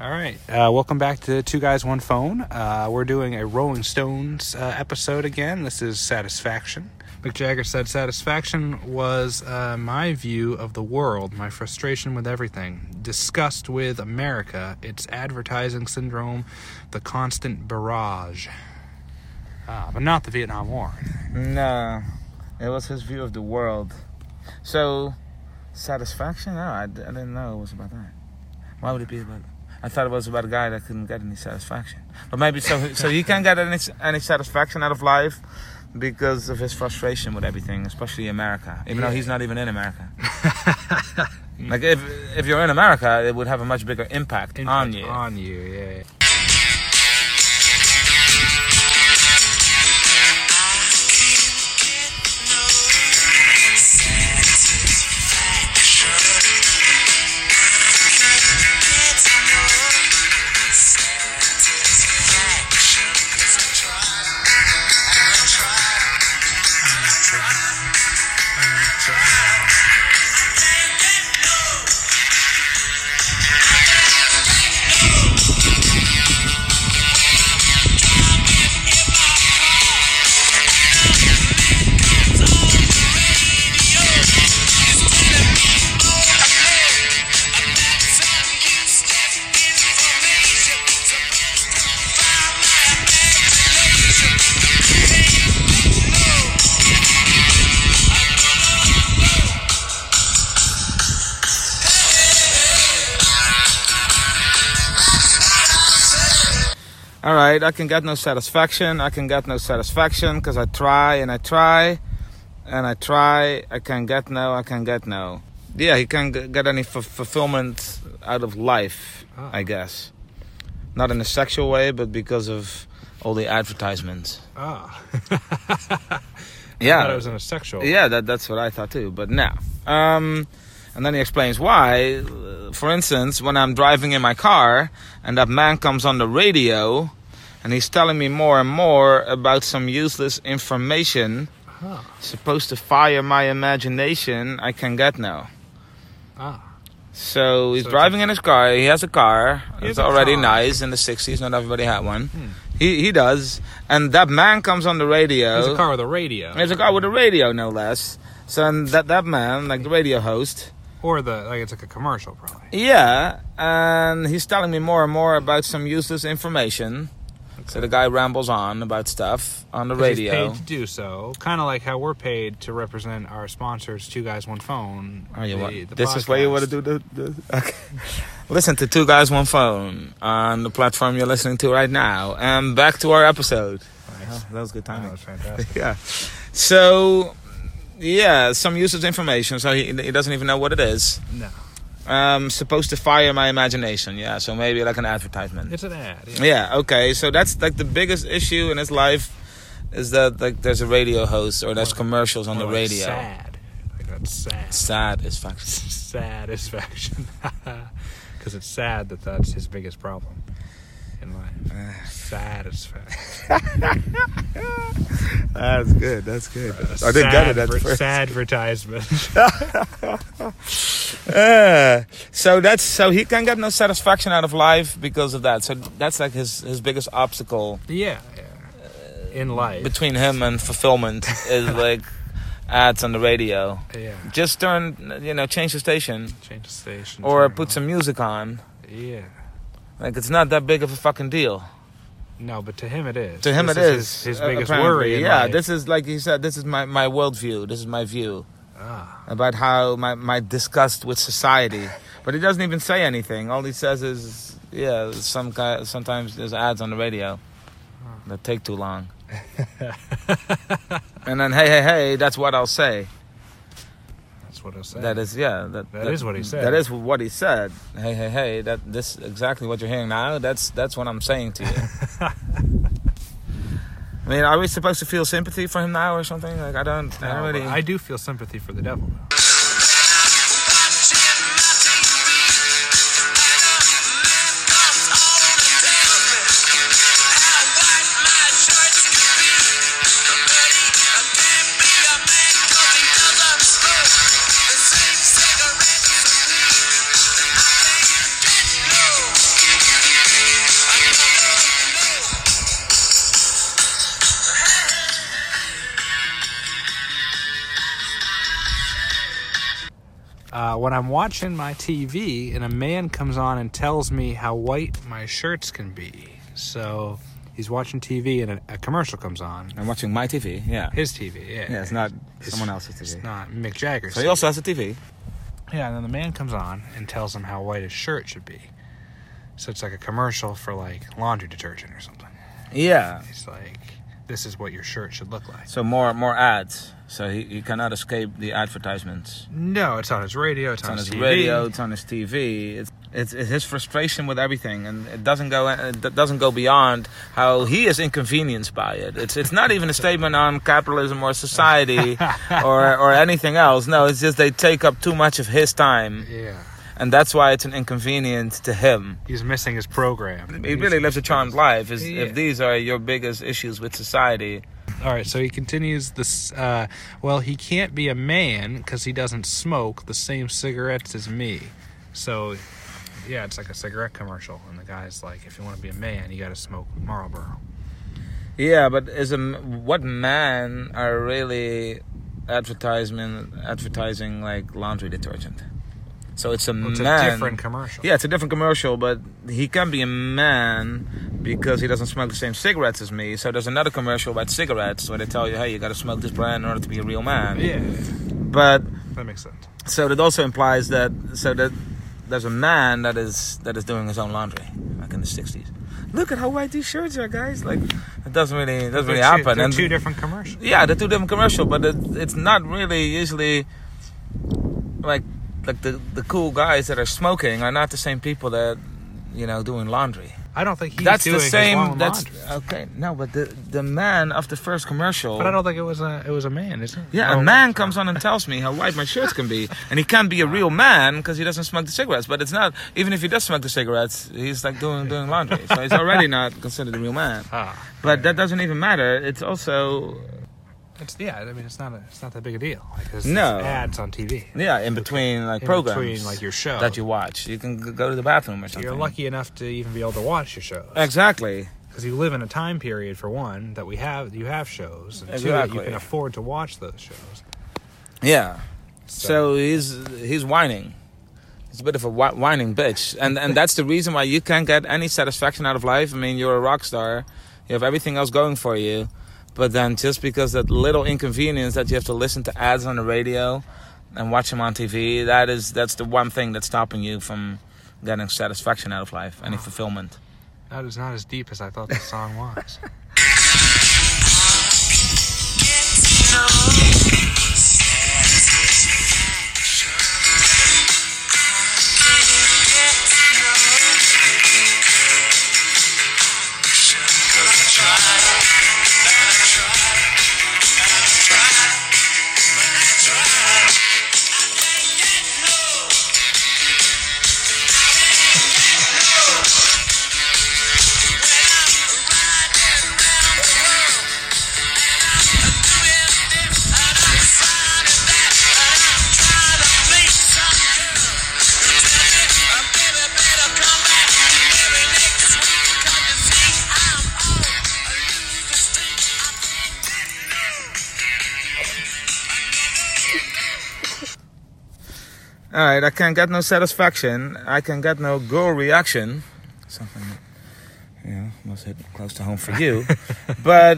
All right. Uh, welcome back to Two Guys, One Phone. Uh, we're doing a Rolling Stones uh, episode again. This is Satisfaction. Mick Jagger said, Satisfaction was uh, my view of the world, my frustration with everything, disgust with America, its advertising syndrome, the constant barrage. Uh, but not the Vietnam War. No, it was his view of the world. So, satisfaction? No, I, d- I didn't know it was about that. Why would it be about? I thought it was about a guy that couldn't get any satisfaction. But maybe so. So he can't get any any satisfaction out of life because of his frustration with everything, especially America. Even though he's not even in America. like if if you're in America, it would have a much bigger impact, on you. On you, yeah. All right, I can get no satisfaction. I can get no satisfaction because I try and I try and I try. I can get no, I can get no. Yeah, he can't g- get any f- fulfillment out of life, Ah. I guess. Not in a sexual way, but because of all the advertisements. Ah. I thought it Yeah. was in a sexual. Yeah, that, that's what I thought too, but no. Um, and then he explains why. Uh, For instance, when I'm driving in my car and that man comes on the radio and he's telling me more and more about some useless information Ah. supposed to fire my imagination, I can get now. ah. So he's So it's driving in his car. He has a car. He has it's a already car. Hmm. nice in the 60s. Not everybody had one. He, he does. And that man comes on the radio. There's a car with a radio. There's Uh, a guy with a radio, no less. So and that that man, like the radio host, Or the like it's like a commercial probably. yeah, and he's telling me more and more about some useless information. So the guy rambles on about stuff on the 'Cause he's radio. paid to do so, kind of like how we're paid to represent our sponsors, Two Guys One Phone. Oh, you the- want, the this is where you want to podcast. do the. the okay. Listen to Two Guys One Phone on the platform you're listening to right now, and back to our episode. Nice. that was good That was fantastic. yeah. So, yeah, some useless information. So he, he doesn't even know what it is. No, um, supposed to fire my imagination. Yeah, so maybe like an advertisement. it's an ad. Yeah. Yeah, okay. So that's like the biggest issue in his life is that like there's a radio host or there's Or- commercials on Or the like radio. Oh, Sad. Like that's sad. Sad is fact. Satisfaction. Because it's sad that that's his biggest problem in life. Satisfaction. That's good. That's good. Uh, Sad advertisement. Uh, so that's so he can get no satisfaction out of life because of that. So that's like his his biggest obstacle yeah, yeah. In life. between him and fulfillment is like ads on the radio. yeah. Just turn, you know, change the station. Change the station. or turn put it some music on. on. Yeah. Like it's not that big of a fucking deal. No, but to him it is. To him, This it is his, his uh, biggest apparently. worry. in Yeah, life. this is like he said. This is my my worldview. This is my view Ah, about how my my disgust with society. But he doesn't even say anything. All he says is, yeah, some guy. Sometimes there's ads on the radio that take too long. and then hey hey hey, that's what I'll say. that's what I said. That is yeah. That, That is what he said. That is what he said. Hey hey hey, that this exactly what you're hearing now. That's that's what I'm saying to you. I mean, are we supposed to feel sympathy for him now or something? Like I don't, No, I don't but really. Oh, I do feel sympathy for the devil. Though. Cigarette to me, I can't get no. uh, when I'm watching my TV and a man comes on and tells me how white my shirts can be. So he's watching TV and a, a commercial comes on. I'm watching my TV. Yeah. His TV, yeah. Yeah, it's not It's- someone else's It's TV. not Mick Jagger's. So he TV. also has a TV. Yeah, and then the man comes on and tells him how white his shirt should be. So it's like a commercial for like laundry detergent or something. Yeah. It's like this is what your shirt should look like. So more more ads. So he, he cannot escape the advertisements. No, it's on his radio. It's, It's on his TV. radio. It's on his TV. It's, it's it's his frustration with everything, and it doesn't go it doesn't go beyond how he is inconvenienced by it. It's it's not even a statement on capitalism or society or or anything else. No, it's just they take up too much of his time, Yeah, and that's why it's an inconvenience to him. he's missing his program. He really lives a charmed life. Is Yeah. if these are your biggest issues with society, All right, so he continues this. Uh, well, he can't be a man because he doesn't smoke the same cigarettes as me. So, yeah, it's like a cigarette commercial, and the guy's like, "If you want to be a man, you got to smoke Marlboro." Yeah, but is a m- what men are really advertisement advertising like laundry detergent? So it's a Well, it's man. a different commercial. yeah, it's a different commercial, but he can be a man because he doesn't smoke the same cigarettes as me. So there's another commercial about cigarettes where they tell you, hey, you got to smoke this brand in order to be a real man. yeah, But that makes sense. so that also implies that so that there's a man that is that is doing his own laundry like in the 60s. Look at how white these shirts are, guys. Like it doesn't really it doesn't really They're two- happen. they're And- two different commercials. yeah, the two different commercial, but it, it's not really usually like like the the cool guys that are smoking are not the same people that you know doing laundry. I don't think he's that's doing the his same. own That's laundry. okay. No, but the the man of the first commercial. But I don't think it was a it was a man, is it? yeah, Oh, a man comes on and tells me how white my shirts can be, and he can't be a real man because he doesn't smoke the cigarettes. But it's not even if he does smoke the cigarettes, he's like doing doing laundry, so he's already not considered a real man. Ah, But that doesn't even matter. It's also it's yeah. I mean, it's not a, it's not that big a deal. Like, it's- it's No. ads on TV. Yeah, in between like In programs, between, like, your show. that you watch, you can g- go to the bathroom or something. You're lucky enough to even be able to watch your shows. Exactly. because you live in a time period for one that we have you have shows and two that you Exactly. can afford to watch those shows Yeah. So he's he's whining. He's a bit of a whi- whining bitch, and and that's the reason why you can't get any satisfaction out of life. I mean, you're a rock star. You have everything else going for you, but then just because that little inconvenience that you have to listen to ads on the radio and watch them on TV, that is that's the one thing that's stopping you from getting satisfaction out of life, any fulfillment. that is not as deep as i thought the song was All right, I can get no satisfaction. I can get no girl reaction. Something that, you know, must hit close to home for you. but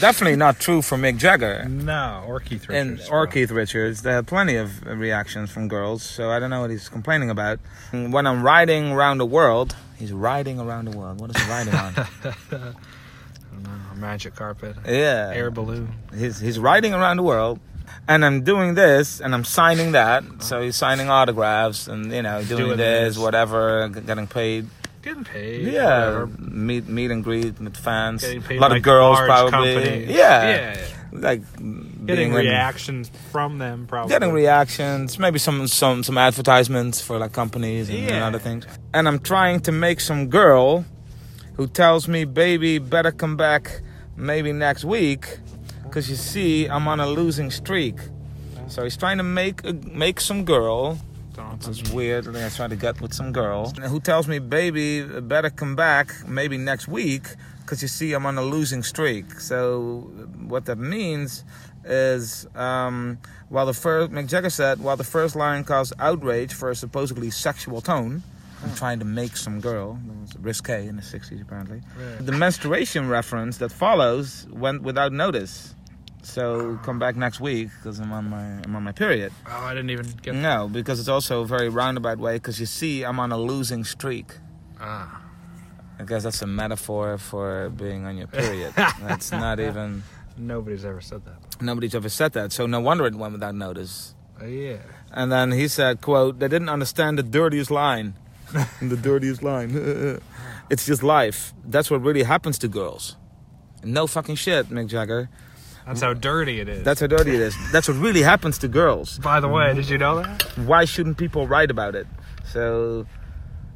definitely not true for Mick Jagger no or keith and Richards, or bro. Keith Richards. They had plenty of reactions from girls, so I don't know what he's complaining about. When I'm riding around the world, he's riding around the world. What is he riding on? I don't know, magic carpet yeah, air balloon he's he's riding around the world. And I'm doing this, and I'm signing that. So he's signing autographs, and you know, doing, Doing this, this. whatever, g- getting paid. getting paid Yeah, whatever. meet meet and greet with fans. Getting A paid lot like of girls, large probably. companies. Yeah. like getting being in- reactions from them probably Getting reactions, maybe some some some advertisements for like companies and, and Yeah. other things. And I'm trying to make some girl who tells me, "Baby, better come back, maybe next week, because you see I'm on a losing streak." So he's trying to make a, make some girl Don't- it's weird. I think I tried to get with some girl who tells me, "Baby, better come back maybe next week, 'cause you see I'm on a losing streak." So what that means is um, while the first McJagger said while the first line caused outrage for a supposedly sexual tone, I'm trying to make some girl. That was risque in the '60s apparently. Right. The menstruation reference that follows went without notice. So come back next week because I'm on my I'm on my period. Oh, I didn't even get. No, because it's also a very roundabout way. Because you see, I'm on a losing streak. Ah, I guess that's a metaphor for being on your period. that's not even. nobody's ever said that. Nobody's ever said that, so no wonder it went without notice. Oh, yeah. And then he said, "quote They didn't understand the dirtiest line. the dirtiest line. it's just life. That's what really happens to girls. No fucking shit, Mick Jagger. That's how dirty it is. That's how dirty it is. That's what really happens to girls. By the way, did you know that? Why shouldn't people write about it?" So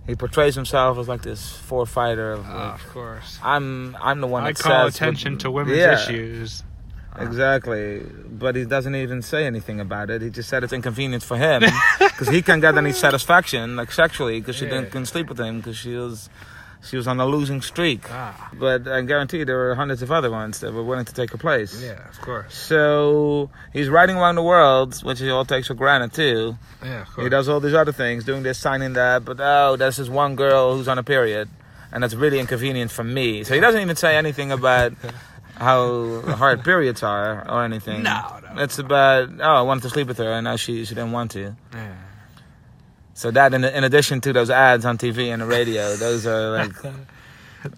he portrays himself as like this forefighter of. like, Uh, of course. I'm I'm the one. Ah. I that call says what- attention to women's Yeah. issues. Exactly, but he doesn't even say anything about it. He just said it's inconvenient for him because he can't get any satisfaction, like sexually, because she Yeah. didn't can sleep with him because she was she was on a losing streak. Ah, But I guarantee there were hundreds of other ones that were willing to take her place. yeah, of course. So he's riding around the world, which he all takes for granted too. Yeah, of course. He does all these other things, doing this, signing that. But oh, there's this one girl who's on a period, and that's really inconvenient for me. So he doesn't even say anything about how hard periods are or anything. No, no. It's about oh, I wanted to sleep with her, and now she she didn't want to. Yeah. So that, in, in addition to those ads on TV and the radio, those are like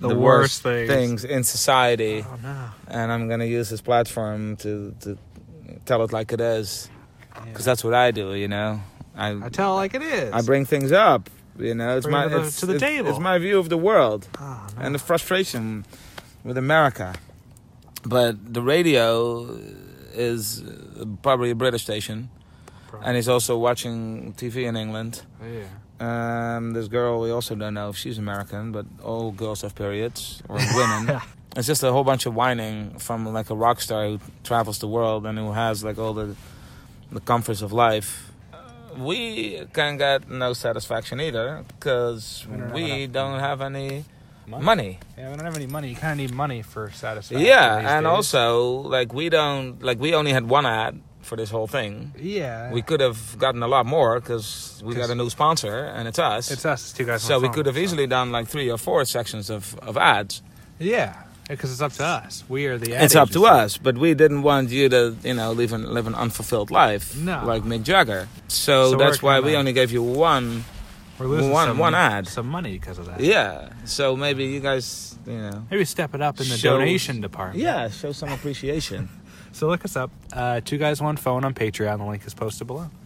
The, worst, things. in society. Oh no. And I'm gonna use this platform to to tell it like it is, Yeah. because that's what I do. You know, I I tell like it is. I bring things up. You know, it's Bring my it to the- it's, to the it's- table. It's my view of the world oh, no. and the frustration with America. But the radio is uh, probably a British station, and he's also watching TV in England. Oh, yeah. Um, this girl, we also don't know if she's American, but all girls have periods or women. it's just a whole bunch of whining from like a rock star who travels the world and who has like all the the comforts of life. Uh, We can get no satisfaction either because We don't have we enough don't have any Money. money. Yeah, we don't have any money. You kind of need money for satisfaction. these Yeah, and days. also like we don't like we only had one ad for this whole thing. Yeah. We could have gotten a lot more because we got 'Cause- a new sponsor and it's us. it's us, it's two guys. on So the we phone, could have so- easily done like three or four sections of, of ads. Yeah, because it's up to us. We are the. ad it's up to agency. us, but we didn't want you to, you know, live an, live an unfulfilled life No. like Mick Jagger. So, So that's we're why kinda- we only gave you one. We're losing One- some, one ad. some money because of that. Yeah. So maybe you guys, you know. Maybe step it up in the Shows- donation department. Yeah, show some appreciation. So look us up. Uh, two guys, one phone on Patreon. The link is posted below.